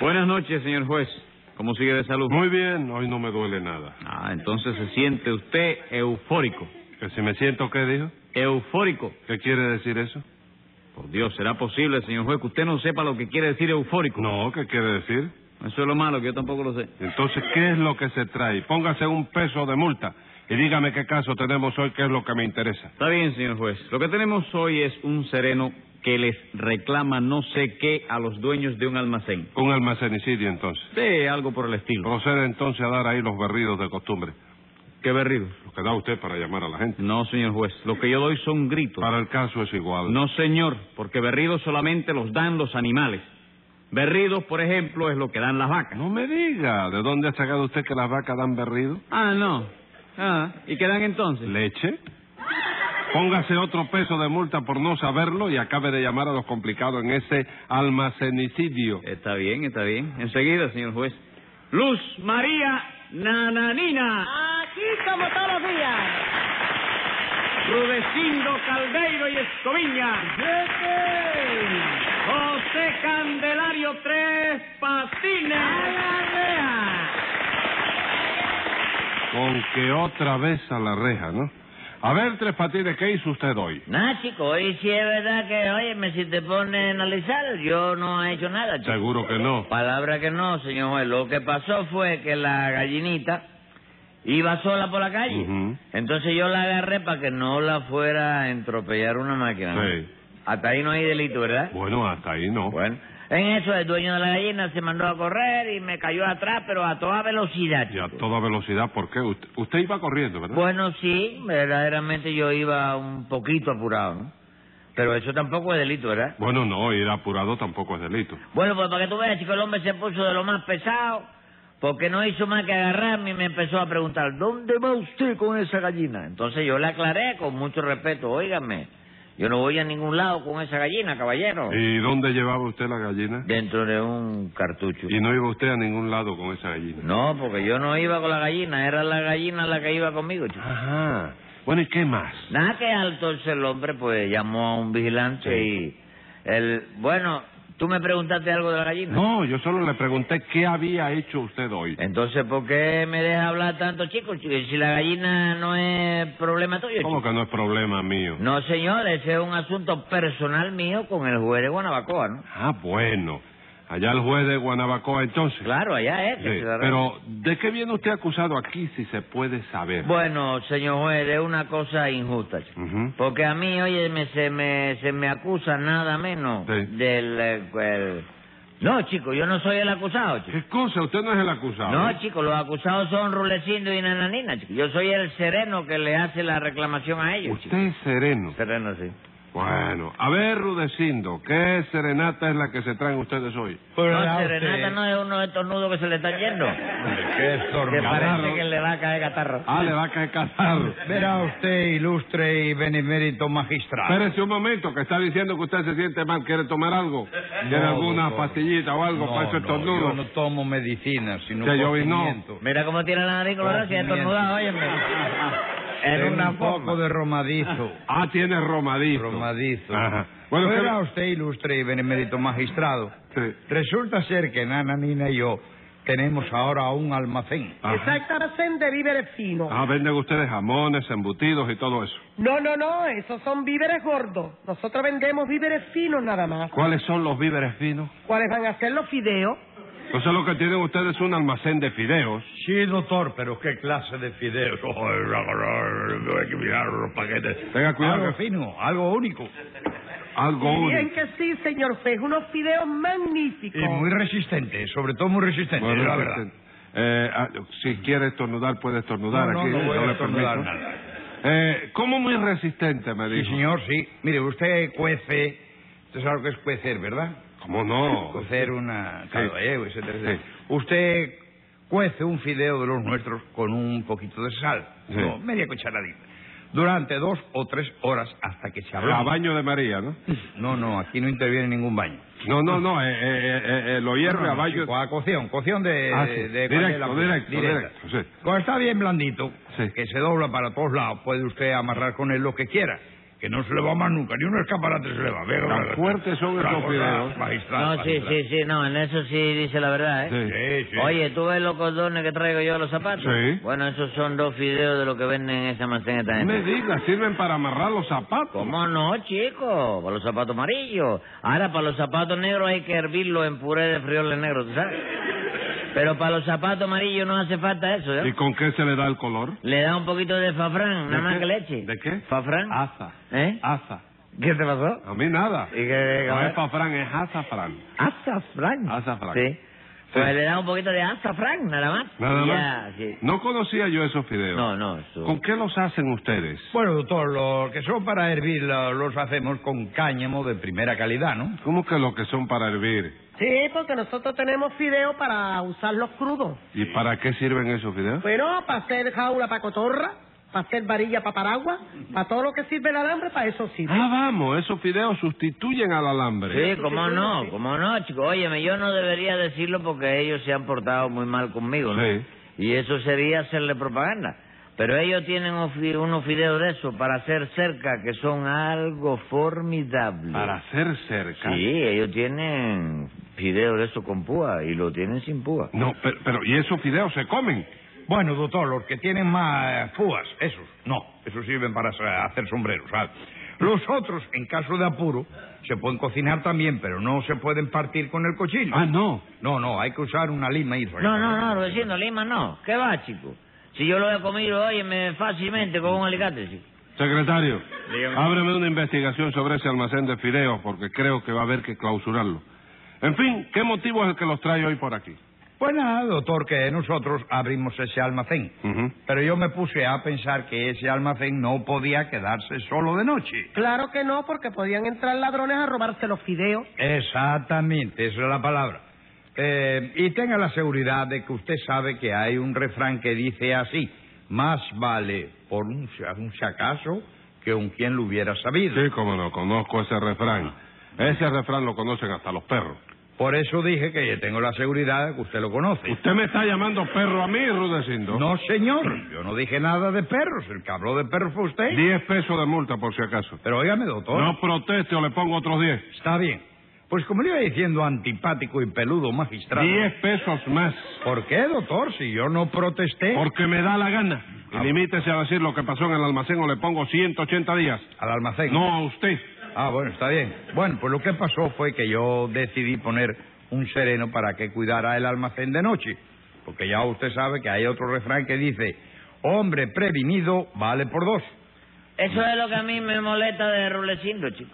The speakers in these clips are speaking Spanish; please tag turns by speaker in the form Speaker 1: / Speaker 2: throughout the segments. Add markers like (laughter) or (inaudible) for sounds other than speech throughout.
Speaker 1: Buenas noches, señor juez. ¿Cómo sigue de salud?
Speaker 2: Muy bien, hoy no me duele nada.
Speaker 1: Ah, entonces se siente usted eufórico.
Speaker 2: ¿Que si me siento qué dijo?
Speaker 1: Eufórico.
Speaker 2: ¿Qué quiere decir eso?
Speaker 1: Por Dios, ¿será posible, señor juez, que usted no sepa lo que quiere decir eufórico?
Speaker 2: No, ¿qué quiere decir?
Speaker 1: Eso es lo malo, que yo tampoco lo sé.
Speaker 2: Entonces, ¿qué es lo que se trae? Póngase un peso de multa y dígame qué caso tenemos hoy, qué es lo que me interesa.
Speaker 1: Está bien, señor juez. Lo que tenemos hoy es un sereno que les reclama no sé qué a los dueños de un almacén.
Speaker 2: Un almacenicidio, entonces.
Speaker 1: Sí, algo por el estilo.
Speaker 2: Procede entonces a dar ahí los berridos de costumbre.
Speaker 1: ¿Qué berrido?
Speaker 2: Lo que da usted para llamar a la gente.
Speaker 1: No, señor juez. Lo que yo doy son gritos.
Speaker 2: Para el caso es igual.
Speaker 1: No, señor, porque berridos solamente los dan los animales. Berridos, por ejemplo, es lo que dan las vacas.
Speaker 2: No me diga, ¿de dónde ha sacado usted que las vacas dan berrido?
Speaker 1: Ah, no. Ah, ¿y qué dan entonces?
Speaker 2: ¿Leche? Póngase otro peso de multa por no saberlo y acabe de llamar a los complicados en ese almacenicidio.
Speaker 1: Está bien, está bien. Enseguida, señor juez. Luz María Nananina,
Speaker 3: Aquí como todos los días.
Speaker 1: Rudecindo Caldeiro y Escoviña, José Candelario Tres Patines.
Speaker 2: Con que otra vez a la reja, ¿no? A ver, Tres Patines, ¿qué hizo usted hoy?
Speaker 4: Nada, chico, hoy sí es verdad que, óyeme, si te pone a analizar, yo no he hecho nada, chico.
Speaker 2: Seguro que no.
Speaker 4: Palabra que no, señor juez. Lo que pasó fue que la gallinita iba sola por la calle.
Speaker 2: Ujú.
Speaker 4: Entonces yo la agarré para que no la fuera a entropellar una máquina. ¿no?
Speaker 2: Sí.
Speaker 4: Hasta ahí no hay delito, ¿verdad?
Speaker 2: Bueno, hasta ahí no.
Speaker 4: Bueno. En eso el dueño de la gallina se mandó a correr y me cayó atrás, pero a toda velocidad.
Speaker 2: Y a
Speaker 4: chico.
Speaker 2: toda velocidad, ¿por qué? Usted, usted iba corriendo, ¿verdad?
Speaker 4: Bueno, sí, verdaderamente yo iba un poquito apurado, ¿no? Pero eso tampoco es delito, ¿verdad?
Speaker 2: Bueno, no, ir apurado tampoco es delito.
Speaker 4: Bueno, pues para que tú veas, chico, el hombre se puso de lo más pesado, porque no hizo más que agarrarme y me empezó a preguntar, ¿dónde va usted con esa gallina? Entonces yo le aclaré con mucho respeto, óigame, yo no voy a ningún lado con esa gallina, caballero.
Speaker 2: ¿Y dónde llevaba usted la gallina?
Speaker 4: Dentro de un cartucho.
Speaker 2: Y no iba usted a ningún lado con esa gallina.
Speaker 4: No, porque yo no iba con la gallina, era la gallina la que iba conmigo, chico.
Speaker 2: Ajá. Bueno, ¿y qué más?
Speaker 4: Nada que alto el hombre, pues llamó a un vigilante
Speaker 2: Sí.
Speaker 4: y... El, bueno, tú me preguntaste algo de la gallina.
Speaker 2: No, yo solo le pregunté qué había hecho usted hoy.
Speaker 5: Eh,
Speaker 4: Entonces, ¿por qué me deja hablar tanto, chicos? Si la gallina no es problema tuyo,
Speaker 2: ¿Cómo
Speaker 4: chico.
Speaker 2: que no es problema mío?
Speaker 4: No, señor, ese es un asunto personal mío con el juez de Guanabacoa, ¿no?
Speaker 2: Ah, bueno. Allá el juez de Guanabacoa, entonces.
Speaker 4: Claro, allá es.
Speaker 2: Sí,
Speaker 4: que
Speaker 5: este
Speaker 4: se dará-
Speaker 2: Pero, ¿de qué viene usted acusado aquí, si se puede saber?
Speaker 4: Bueno, señor juez, es una cosa injusta, chico.
Speaker 2: Ujú.
Speaker 5: pues,
Speaker 4: Porque a mí, oye, me- se, me, se me acusa nada menos
Speaker 2: Sí.
Speaker 4: del... eh, el- No, chico, yo no soy el acusado, chico.
Speaker 2: ¿Qué cosa? Usted no es el acusado.
Speaker 5: ¿eh?
Speaker 4: No, chicos, los acusados son Rulecindo y Nananina, chico. Yo soy el sereno que le hace la reclamación a ellos,
Speaker 2: Usted es sereno.
Speaker 4: chico. Sereno, sí.
Speaker 2: Bueno, a ver, Rudecindo, ¿qué serenata es la que se traen ustedes hoy?
Speaker 4: no, serenata no es uno de estos nudos que se le están yendo.
Speaker 2: qué
Speaker 4: que
Speaker 2: sorprendado.
Speaker 4: parece que le va a caer catarro.
Speaker 2: Ah, le va a caer casado.
Speaker 5: (laughs) Verá usted, ilustre y benemérito magistrado.
Speaker 2: Espérese un momento, que está diciendo que usted se siente mal. ¿Quiere tomar algo? ¿Quiere
Speaker 5: No,
Speaker 2: alguna
Speaker 5: doctor.
Speaker 2: pastillita o algo
Speaker 5: No,
Speaker 2: para ese
Speaker 5: no,
Speaker 2: estornudo?
Speaker 5: Yo no tomo medicina, sino
Speaker 2: Ya, yo vi, no.
Speaker 5: cocimiento.
Speaker 4: Mira cómo tiene la nariz colorada, si es estornudado,
Speaker 5: (laughs)
Speaker 4: óyeme.
Speaker 5: Tengo
Speaker 4: En una
Speaker 5: Pues un poco
Speaker 4: forma.
Speaker 2: (laughs)
Speaker 5: de romadizo.
Speaker 2: Ah, tiene romadizo.
Speaker 5: Romadizo.
Speaker 2: Ajá. Bueno, ¿qué-
Speaker 5: Verá usted, ilustre y benemérito magistrado.
Speaker 2: Sí.
Speaker 5: Resulta ser que Nana, Nina y yo tenemos ahora un almacén.
Speaker 2: Ajá.
Speaker 3: Exacto, almacén de víveres finos.
Speaker 2: Ah, venden ustedes jamones, embutidos y todo eso.
Speaker 3: No, no, no, esos son víveres gordos. Nosotros vendemos víveres finos nada más.
Speaker 2: ¿Cuáles son los víveres finos?
Speaker 3: ¿Cuáles van a ser los fideos?
Speaker 2: Entonces lo que tienen ustedes es un almacén de fideos.
Speaker 5: Sí, doctor, pero qué clase de fideos. Hay que mirar los paquetes.
Speaker 2: Tenga cuidado
Speaker 5: Algo
Speaker 2: que-
Speaker 5: fino, algo único.
Speaker 2: Algo
Speaker 3: Y Bien
Speaker 2: único.
Speaker 3: que sí, señor Fez, unos fideos magníficos.
Speaker 5: Y muy resistente, sobre todo muy resistente,
Speaker 2: Bueno,
Speaker 5: la verdad.
Speaker 2: eh, ah, si quiere estornudar, puede estornudar.
Speaker 5: No, no,
Speaker 2: Aquí
Speaker 5: no voy a
Speaker 2: le
Speaker 5: estornudar
Speaker 2: permito.
Speaker 5: nada.
Speaker 2: Eh, ¿Cómo muy resistente, me
Speaker 5: Sí,
Speaker 2: dijo?
Speaker 5: señor, sí. Mire, usted cuece. Usted sabe lo que es cuecer, ¿verdad?
Speaker 2: ¿Cómo no?
Speaker 5: Cocer una
Speaker 2: Sí.
Speaker 5: calaballego, etcétera, etcétera.
Speaker 2: Sí.
Speaker 5: Usted cuece un fideo de los nuestros con un poquito de sal,
Speaker 2: Sí.
Speaker 5: no, media cucharadita, durante dos o tres horas hasta que se
Speaker 2: A
Speaker 5: ablanda.
Speaker 2: baño de María, ¿no?
Speaker 5: No, no, aquí no interviene ningún baño.
Speaker 2: No, no, no, eh, eh, eh, eh, lo hierve
Speaker 5: No, no,
Speaker 2: a baño.
Speaker 5: chico, a cocción, cocción de...
Speaker 2: Ah, sí.
Speaker 5: eh, de- de
Speaker 2: Directo,
Speaker 5: caña de la pura,
Speaker 2: directo, directo, sí.
Speaker 5: Cuando está bien blandito,
Speaker 2: Sí.
Speaker 5: que se dobla para todos lados, puede usted amarrar con él lo que quiera. que no se le va más nunca, ni un escaparate se le va. Venga,
Speaker 2: Tan
Speaker 5: venga.
Speaker 2: fuertes son
Speaker 5: Una
Speaker 2: estos
Speaker 5: cosa
Speaker 2: fideos.
Speaker 5: magistral,
Speaker 4: No, sí,
Speaker 5: magistral.
Speaker 4: sí, sí, no, en eso sí dice la verdad, ¿eh?
Speaker 5: Sí, sí.
Speaker 4: Oye, ¿tú ves los cordones que traigo yo a los zapatos?
Speaker 2: Sí.
Speaker 4: Bueno, esos son dos fideos de lo que venden en ese almacén esta
Speaker 2: No
Speaker 4: gente.
Speaker 2: me digas, sirven para amarrar los zapatos.
Speaker 4: ¿Cómo no, chico? Para los zapatos amarillos. Ahora, para los zapatos negros hay que hervirlo en puré de frijoles negros, ¿tú sabes? Pero para los zapatos amarillos no hace falta eso,
Speaker 2: ¿Y
Speaker 4: ¿eh?
Speaker 2: con qué se le da el color?
Speaker 4: Le da un poquito de fafrán, nada
Speaker 2: ¿De
Speaker 4: más
Speaker 2: qué?
Speaker 4: que leche.
Speaker 2: ¿De qué?
Speaker 4: ¿Fafrán?
Speaker 2: Aza.
Speaker 4: ¿Eh?
Speaker 2: Aza.
Speaker 4: ¿Qué te pasó?
Speaker 2: A mí nada.
Speaker 4: ¿Y qué?
Speaker 2: No es Fafran, es azafrán.
Speaker 4: Azafrán.
Speaker 2: Azafrán.
Speaker 4: Sí. Pues
Speaker 2: Sí.
Speaker 4: le da un poquito de azafrán, nada más.
Speaker 2: Nada
Speaker 4: Y
Speaker 2: más.
Speaker 4: ya, sí.
Speaker 2: No conocía yo esos fideos.
Speaker 4: No, no, eso.
Speaker 2: ¿Con qué los hacen ustedes?
Speaker 5: Bueno, doctor, los que son para hervir la- los hacemos con cáñamo de primera calidad, ¿no?
Speaker 2: ¿Cómo que los que son para hervir?
Speaker 3: Sí, porque nosotros tenemos fideos para usarlos crudos.
Speaker 2: ¿Y para qué sirven esos fideos?
Speaker 4: Pues,
Speaker 3: Bueno, para hacer jaula para cotorra, para hacer varilla para paraguas, para todo lo que sirve el alambre, para eso sirve.
Speaker 2: Ah, vamos, esos fideos sustituyen al alambre.
Speaker 4: Sí, cómo no, cómo no, chico. Óyeme, yo no debería decirlo porque ellos se han portado muy mal conmigo, ¿no?
Speaker 2: Sí.
Speaker 4: Y eso sería hacerle propaganda. Pero ellos tienen un fi- unos fideos de eso para hacer cerca que son algo formidable.
Speaker 2: Para ser cerca.
Speaker 4: Sí, ellos tienen fideos de eso con púa y lo tienen sin púa.
Speaker 2: No, pero, pero ¿y esos fideos se comen?
Speaker 5: Bueno, doctor, los que tienen más eh, púas, esos, no, esos sirven para sa- hacer sombreros, ¿sabes? Los otros, en caso de apuro, se pueden cocinar también, pero no se pueden partir con el cochino.
Speaker 2: Ah, no.
Speaker 5: No, no, hay que usar una lima y
Speaker 4: No, no, no, Rudecindo Lima no. ¿Qué va, chico? Si yo lo he comido, óyeme, fácilmente con un alicate, chico.
Speaker 2: Secretario, ábreme una investigación sobre ese almacén de fideos porque creo que va a haber que clausurarlo. En fin, ¿qué motivo es el que los trae hoy por aquí?
Speaker 5: Pues nada, doctor, que nosotros abrimos ese almacén.
Speaker 2: Ujú.
Speaker 5: Pero yo me puse a pensar que ese almacén no podía quedarse solo de noche.
Speaker 3: Claro que no, porque podían entrar ladrones a robarse los fideos.
Speaker 5: Exactamente, esa es la palabra. Eh, y tenga la seguridad de que usted sabe que hay un refrán que dice así, más vale por un, si- un si acaso que un quien lo hubiera sabido.
Speaker 2: Sí, como no, conozco ese refrán. Ese refrán lo conocen hasta los perros.
Speaker 5: Por eso dije que yo tengo la seguridad de que usted lo conoce.
Speaker 2: ¿Usted me está llamando perro a mí, Rudecindo?
Speaker 5: No, señor, yo no dije nada de perros, el que habló de perros fue usted.
Speaker 2: Diez pesos de multa, por si acaso.
Speaker 5: Pero óigame, doctor.
Speaker 2: No proteste o le pongo otros diez.
Speaker 5: Está bien. Pues como le iba diciendo antipático y peludo magistrado.
Speaker 2: Diez pesos más.
Speaker 5: ¿Por qué, doctor? Si yo no protesté.
Speaker 2: Porque me da la gana. Y
Speaker 5: ¿Eh? Ah.
Speaker 2: limítese a decir lo que pasó en el almacén o le pongo 180 días.
Speaker 5: Al almacén.
Speaker 2: No a usted.
Speaker 5: Ah, bueno, está bien. Bueno, pues lo que pasó fue que yo decidí poner un sereno para que cuidara el almacén de noche. Porque ya usted sabe que hay otro refrán que dice, hombre prevenido vale por dos.
Speaker 4: Eso es lo que a mí me molesta de Rulecindo, chico.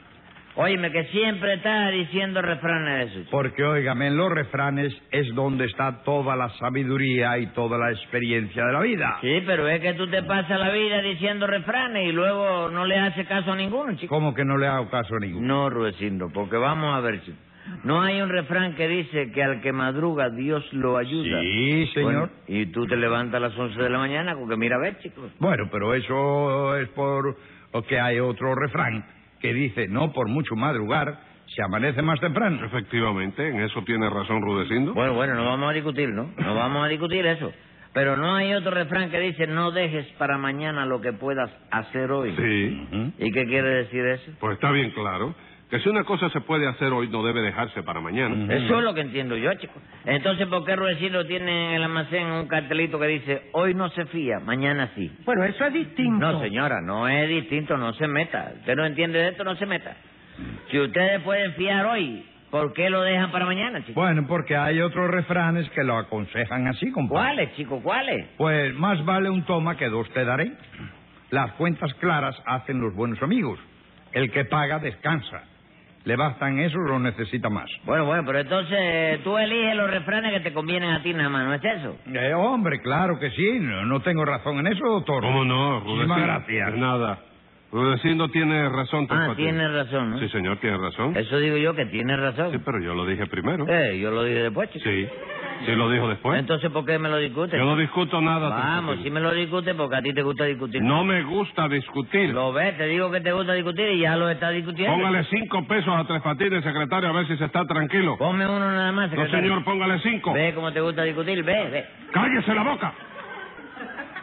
Speaker 4: Óyeme, que siempre está diciendo refranes de eso. chico.
Speaker 5: Porque, óigame, en los refranes es donde está toda la sabiduría y toda la experiencia de la vida.
Speaker 4: Sí, pero es que tú te pasas la vida diciendo refranes y luego no le haces caso a ninguno, chico.
Speaker 5: ¿Cómo que no le hago caso a ninguno?
Speaker 4: No, Rulecindo, porque vamos a ver, chico. No hay un refrán que dice que al que madruga Dios lo ayuda.
Speaker 5: Sí, señor.
Speaker 4: Bueno, y tú te levantas a las 11 de la mañana porque mira a ver, chico.
Speaker 5: Bueno, pero eso es por o que hay otro refrán que dice, no por mucho madrugar, se amanece más temprano.
Speaker 2: Efectivamente, en eso tiene razón Rudecindo.
Speaker 4: Bueno, bueno, no vamos a discutir, ¿no? No vamos a discutir eso. Pero no hay otro refrán que dice no dejes para mañana lo que puedas hacer hoy.
Speaker 2: Sí,
Speaker 5: Ujú.
Speaker 4: ¿Y qué quiere decir eso?
Speaker 2: pues está bien claro que si una cosa se puede hacer hoy, no debe dejarse para mañana.
Speaker 4: Eso es lo que entiendo yo, chico. Entonces, ¿por qué Ruedecino tiene en el almacén un cartelito que dice hoy no se fía, mañana sí?
Speaker 3: Bueno, eso es distinto.
Speaker 4: No, señora, no es distinto, no se meta. Usted no entiende de esto, no se meta. Si ustedes pueden fiar hoy, ¿por qué lo dejan para mañana, chico?
Speaker 5: Bueno, porque hay otros refranes que lo aconsejan así, compadre.
Speaker 4: ¿Cuáles, chico, cuáles?
Speaker 5: Pues más vale un toma que dos te daré. Las cuentas claras hacen los buenos amigos. El que paga descansa. ¿Le bastan eso o necesita más?
Speaker 4: Bueno, bueno, pero entonces tú eliges los refranes que te convienen a ti nada más, ¿no es eso?
Speaker 5: Eh, hombre, claro que sí. No, no tengo razón en eso, doctor.
Speaker 2: ¿Cómo no, Rudecindo?
Speaker 5: Muchísimas gracias.
Speaker 2: De nada. Rudecindo tiene razón,
Speaker 4: Ah,
Speaker 2: Torcuato.
Speaker 4: tiene razón, ¿no?
Speaker 2: Sí, señor, tiene razón.
Speaker 4: Eso digo yo que tiene
Speaker 2: Sí,
Speaker 4: razón.
Speaker 2: pero yo lo dije primero.
Speaker 4: Eh, yo lo dije después, chico.
Speaker 2: Sí, sí lo dijo después.
Speaker 4: Entonces, ¿por qué me lo discutes?
Speaker 2: Yo no discuto nada.
Speaker 4: Vamos, si
Speaker 2: Torcuato.
Speaker 4: me lo discutes porque a ti te gusta discutir.
Speaker 2: No me gusta discutir.
Speaker 4: Lo ves, te digo que te gusta discutir y ya lo estás discutiendo.
Speaker 2: Póngale cinco pesos a Tres Patines, secretario, a ver si se está tranquilo.
Speaker 4: Ponme uno nada más,
Speaker 2: No,
Speaker 4: secretario.
Speaker 2: señor, póngale cinco.
Speaker 4: Ve cómo te gusta discutir, ve, ve.
Speaker 2: ¡Cállese la boca!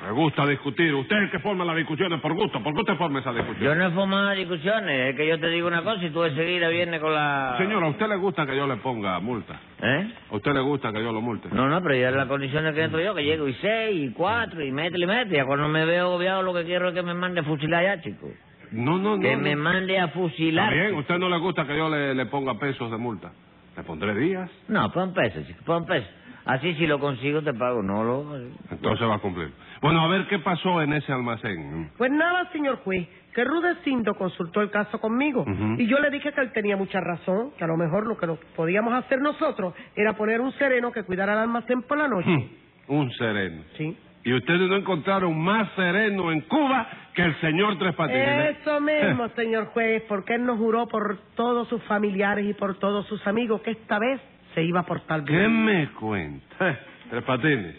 Speaker 2: Le gusta discutir. Usted es el que forma las discusiones por gusto. ¿Por qué usted forma esa discusión?
Speaker 4: Yo no he formado discusiones, es que yo te digo una cosa y tú de seguida vienes con la...
Speaker 2: Señor, ¿a usted le gusta que yo le ponga multa?
Speaker 4: ¿Eh?
Speaker 2: ¿A usted le gusta que yo lo multe?
Speaker 4: No, no, pero ya en las condiciones que entro yo, que llego y seis, y cuatro, y métele, y métele. Ya Cuando me veo obviado, lo que quiero es que me mande a fusilar ya, chico.
Speaker 2: No, no, no.
Speaker 4: Que
Speaker 2: no.
Speaker 4: me mande a fusilar.
Speaker 2: Está bien, ¿a usted no le gusta que yo le, le ponga pesos de multa? Le pondré días.
Speaker 4: No, pon peso, chico, pon peso. Así si lo consigo te pago, no lo...
Speaker 2: Entonces va a cumplir. Bueno, a ver qué pasó en ese almacén.
Speaker 3: Pues nada, señor juez, que Rudecindo consultó el caso conmigo
Speaker 2: Ujú.
Speaker 3: y yo le dije que él tenía mucha razón, que a lo mejor lo que nos podíamos hacer nosotros era poner un sereno que cuidara el almacén por la noche.
Speaker 2: (laughs) Un sereno.
Speaker 3: Sí.
Speaker 2: Y ustedes no encontraron más sereno en Cuba que el señor Tres Patines. ¿eh?
Speaker 3: Eso mismo, señor juez, porque él nos juró por todos sus familiares y por todos sus amigos que esta vez se iba a portar
Speaker 2: ¿Qué
Speaker 3: bien.
Speaker 2: me cuenta? Tres Patines.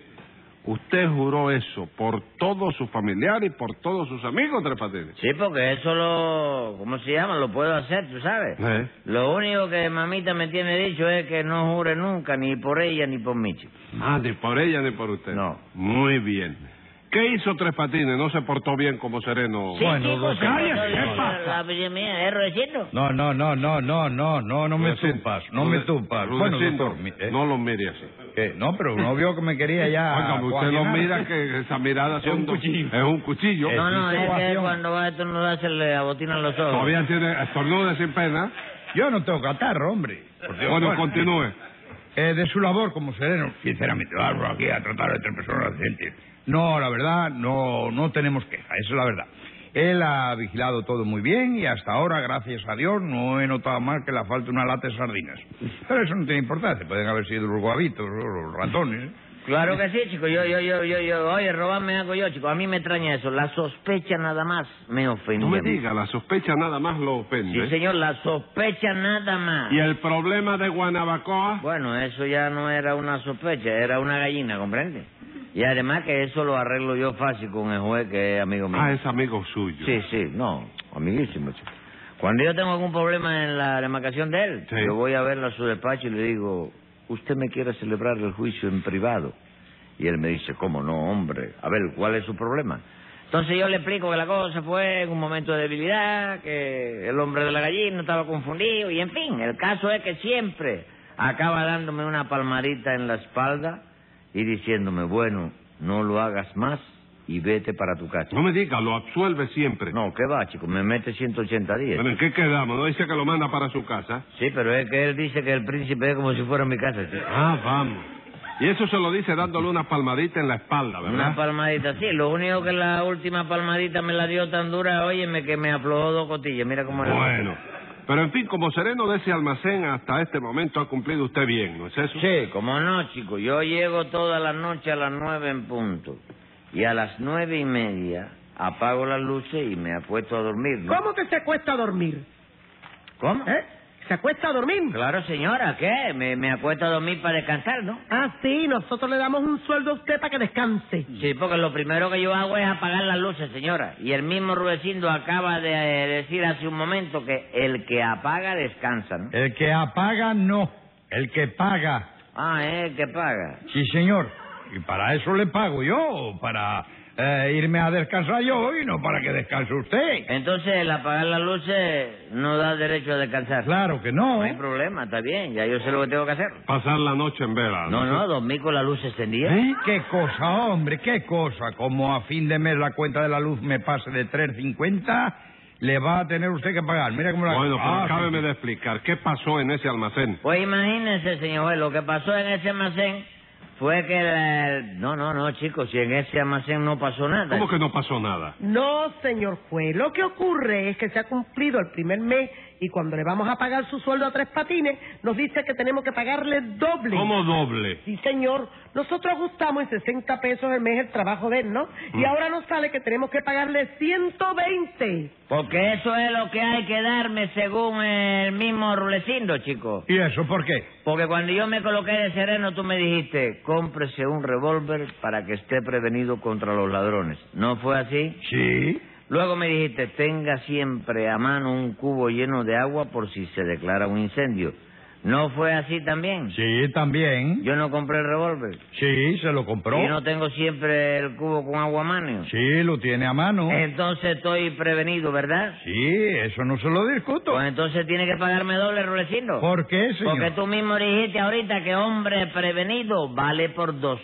Speaker 2: Usted juró eso por todos sus familiares y por todos sus amigos, Tres Patines.
Speaker 4: Sí, porque eso lo... ¿Cómo se llama? Lo puedo hacer, tú sabes.
Speaker 2: ¿Eh?
Speaker 4: Lo único que mamita me tiene dicho es que no jure nunca, ni por ella, ni por mí, chico.
Speaker 2: Ah, ni por ella ni por usted.
Speaker 4: No.
Speaker 2: Muy bien. ¿Qué hizo Tres Patines? ¿No se portó bien como sereno?
Speaker 4: Sí,
Speaker 5: Bueno,
Speaker 4: chico,
Speaker 5: don-
Speaker 4: se me
Speaker 2: Cállese,
Speaker 4: olvidó
Speaker 2: ¿qué
Speaker 4: la-
Speaker 2: pasa?
Speaker 4: La opinión mía, ¿es Rudecindo?
Speaker 5: No, no, no, no, no, no, no, no me
Speaker 2: Rudecindo.
Speaker 5: tumpas, no me
Speaker 2: Rude-
Speaker 5: tumpas. Bueno,
Speaker 2: Rudecindo,
Speaker 5: doctor, mi- eh,
Speaker 2: no lo mire así.
Speaker 5: ¿qué? no, pero no vio que me
Speaker 2: (laughs)
Speaker 5: quería ya...
Speaker 2: Óigame, usted lo
Speaker 5: coaginar.
Speaker 2: mira que esa mirada
Speaker 5: Es
Speaker 2: son
Speaker 5: un
Speaker 2: dos-
Speaker 5: cuchillo.
Speaker 2: Es un cuchillo.
Speaker 5: Eh,
Speaker 4: No, no,
Speaker 5: sí,
Speaker 4: es que
Speaker 5: Sebastián.
Speaker 4: cuando va a estornudar se le abotinan los ojos.
Speaker 2: Todavía tiene estornude sin pena.
Speaker 5: Yo no tengo catarro, hombre. Por Dios, pues.
Speaker 2: Bueno, continúe.
Speaker 5: Eh, de su labor como sereno, sinceramente, vamos aquí a tratar de tres personas decentes. No, la verdad, no, no tenemos queja, esa es la verdad. Él ha vigilado todo muy bien y hasta ahora, gracias a Dios, no he notado más que le falta una lata de sardinas. Pero eso no tiene importancia, pueden haber sido los guabitos o los ratones.
Speaker 4: Claro que sí, chico. Yo, yo, yo, yo, yo. Oye, robarme algo yo, chico. A mí me extraña eso. La sospecha nada más me ofende.
Speaker 2: No me
Speaker 4: a mí.
Speaker 2: diga, la sospecha nada más lo
Speaker 4: Sí,
Speaker 2: ofende. ¿eh?
Speaker 4: señor, la sospecha nada más.
Speaker 2: ¿Y el problema de Guanabacoa?
Speaker 4: Bueno, eso ya no era una sospecha, era una gallina, ¿comprende? Y además que eso lo arreglo yo fácil con el juez que es amigo mío.
Speaker 2: Ah, es amigo suyo.
Speaker 4: Sí, sí, no, amiguísimo, chico. Cuando yo tengo algún problema en la demarcación de él,
Speaker 2: Sí.
Speaker 4: yo voy a verlo a su despacho y le digo, ¿usted me quiere celebrar el juicio en privado? Y él me dice, ¿cómo no, hombre? A ver, ¿cuál es su problema? Entonces yo le explico que la cosa fue en un momento de debilidad, que el hombre de la gallina estaba confundido y en fin, el caso es que siempre acaba dándome una palmadita en la espalda y diciéndome, bueno, no lo hagas más y vete para tu casa.
Speaker 2: No me diga, lo absuelve siempre.
Speaker 4: No, ¿qué va, chico? Me mete 180 días.
Speaker 2: Bueno, ¿en qué quedamos? ¿No dice que lo manda para su casa?
Speaker 4: Sí, pero es que él dice que el príncipe es como si fuera mi casa, chico.
Speaker 2: Ah, vamos. Y eso se lo dice dándole una palmadita en la espalda,
Speaker 4: Una
Speaker 2: ¿verdad?
Speaker 4: palmadita, sí. Lo único que la última palmadita me la dio tan dura, óyeme, que me aflojó dos cotillas. Mira cómo era.
Speaker 2: Bueno. Pero en fin, como sereno de ese almacén hasta este momento ha cumplido usted bien, ¿no es eso?
Speaker 4: Sí, como no, chico. Yo llego toda la noche a las nueve en punto. Y a las nueve y media apago las luces y me apuesto a dormir. ¿no?
Speaker 3: ¿Cómo que se acuesta a dormir?
Speaker 4: ¿Cómo?
Speaker 3: ¿Eh? ¿Se acuesta a dormir?
Speaker 4: Claro, señora, ¿qué? Me, me acuesto a dormir para descansar, ¿no?
Speaker 3: Ah, sí, nosotros le damos un sueldo a usted para que descanse.
Speaker 4: Sí, porque lo primero que yo hago es apagar las luces, señora. Y el mismo Rudecindo acaba de eh, decir hace un momento que el que apaga descansa, ¿no?
Speaker 5: El que apaga, no. El que paga,
Speaker 4: Ah, es el que paga.
Speaker 5: sí, señor. Y para eso le pago yo, para eh, irme a descansar yo y no para que descanse usted.
Speaker 4: Entonces, el apagar las luces no da derecho a descansar.
Speaker 5: Claro ¿eh? que
Speaker 4: No
Speaker 5: no.
Speaker 4: hay problema, está bien, ya yo sé lo que tengo que hacer.
Speaker 2: Pasar la noche en vela.
Speaker 4: No, no, dormir con la luz extendida.
Speaker 5: ¿Eh? Qué cosa, hombre, qué cosa. Como a fin de mes la cuenta de la luz me pase de 3.50, le va a tener usted que pagar. Mira cómo la...
Speaker 2: Bueno, pero
Speaker 5: Ah,
Speaker 2: acábeme de explicar, ¿qué pasó en ese almacén?
Speaker 4: Pues imagínense, señor juez, lo que pasó en ese almacén fue que... la- No, no, no, chicos, si en ese almacén no pasó nada.
Speaker 2: ¿Cómo que no pasó nada?
Speaker 3: No, señor juez. Lo que ocurre es que se ha cumplido el primer mes y cuando le vamos a pagar su sueldo a tres patines, nos dice que tenemos que pagarle doble.
Speaker 2: ¿Cómo doble?
Speaker 3: Sí, señor. Nosotros ajustamos en 60 pesos el mes el trabajo de él, ¿no? Y
Speaker 2: Mm.
Speaker 3: ahora nos sale que tenemos que pagarle 120.
Speaker 4: Porque eso es lo que hay que darme según el mismo Rulecindo, chico.
Speaker 5: ¿Y eso por qué?
Speaker 4: Porque cuando yo me coloqué de sereno, tú me dijiste, cómprese un revólver para que esté prevenido contra los ladrones. ¿No fue así?
Speaker 5: Sí.
Speaker 4: Luego me dijiste, tenga siempre a mano un cubo lleno de agua por si se declara un incendio. ¿No fue así también?
Speaker 5: Sí, también.
Speaker 4: Yo no compré el revólver.
Speaker 5: Sí, se lo compró.
Speaker 4: Y no tengo siempre el cubo con agua a mano.
Speaker 5: Sí, lo tiene a mano.
Speaker 4: Entonces estoy prevenido, ¿verdad?
Speaker 5: Sí, eso no se lo discuto.
Speaker 4: Pues entonces tiene que pagarme doble, Rulecino.
Speaker 5: ¿Por qué, señor?
Speaker 4: Porque tú mismo dijiste ahorita que hombre prevenido vale por dos.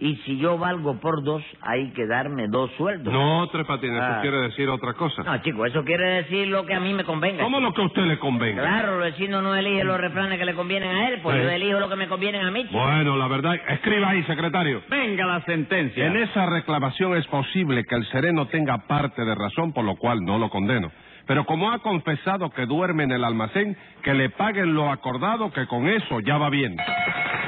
Speaker 4: Y si yo valgo por dos, hay que darme dos sueldos.
Speaker 2: No, Tres Patines,
Speaker 4: Ah.
Speaker 2: eso quiere decir otra cosa.
Speaker 4: No, chico, eso quiere decir lo que a mí me convenga.
Speaker 2: ¿Cómo lo que a usted le convenga?
Speaker 4: Claro, el vecino no elige los refranes que le convienen a él, pues
Speaker 2: Sí.
Speaker 4: yo elijo lo que me convienen a mí. chico.
Speaker 2: Bueno, la verdad, escriba ahí, secretario.
Speaker 1: Venga la sentencia.
Speaker 2: En esa reclamación es posible que el sereno tenga parte de razón, por lo cual no lo condeno. Pero como ha confesado que duerme en el almacén, que le paguen lo acordado, que con eso ya va bien.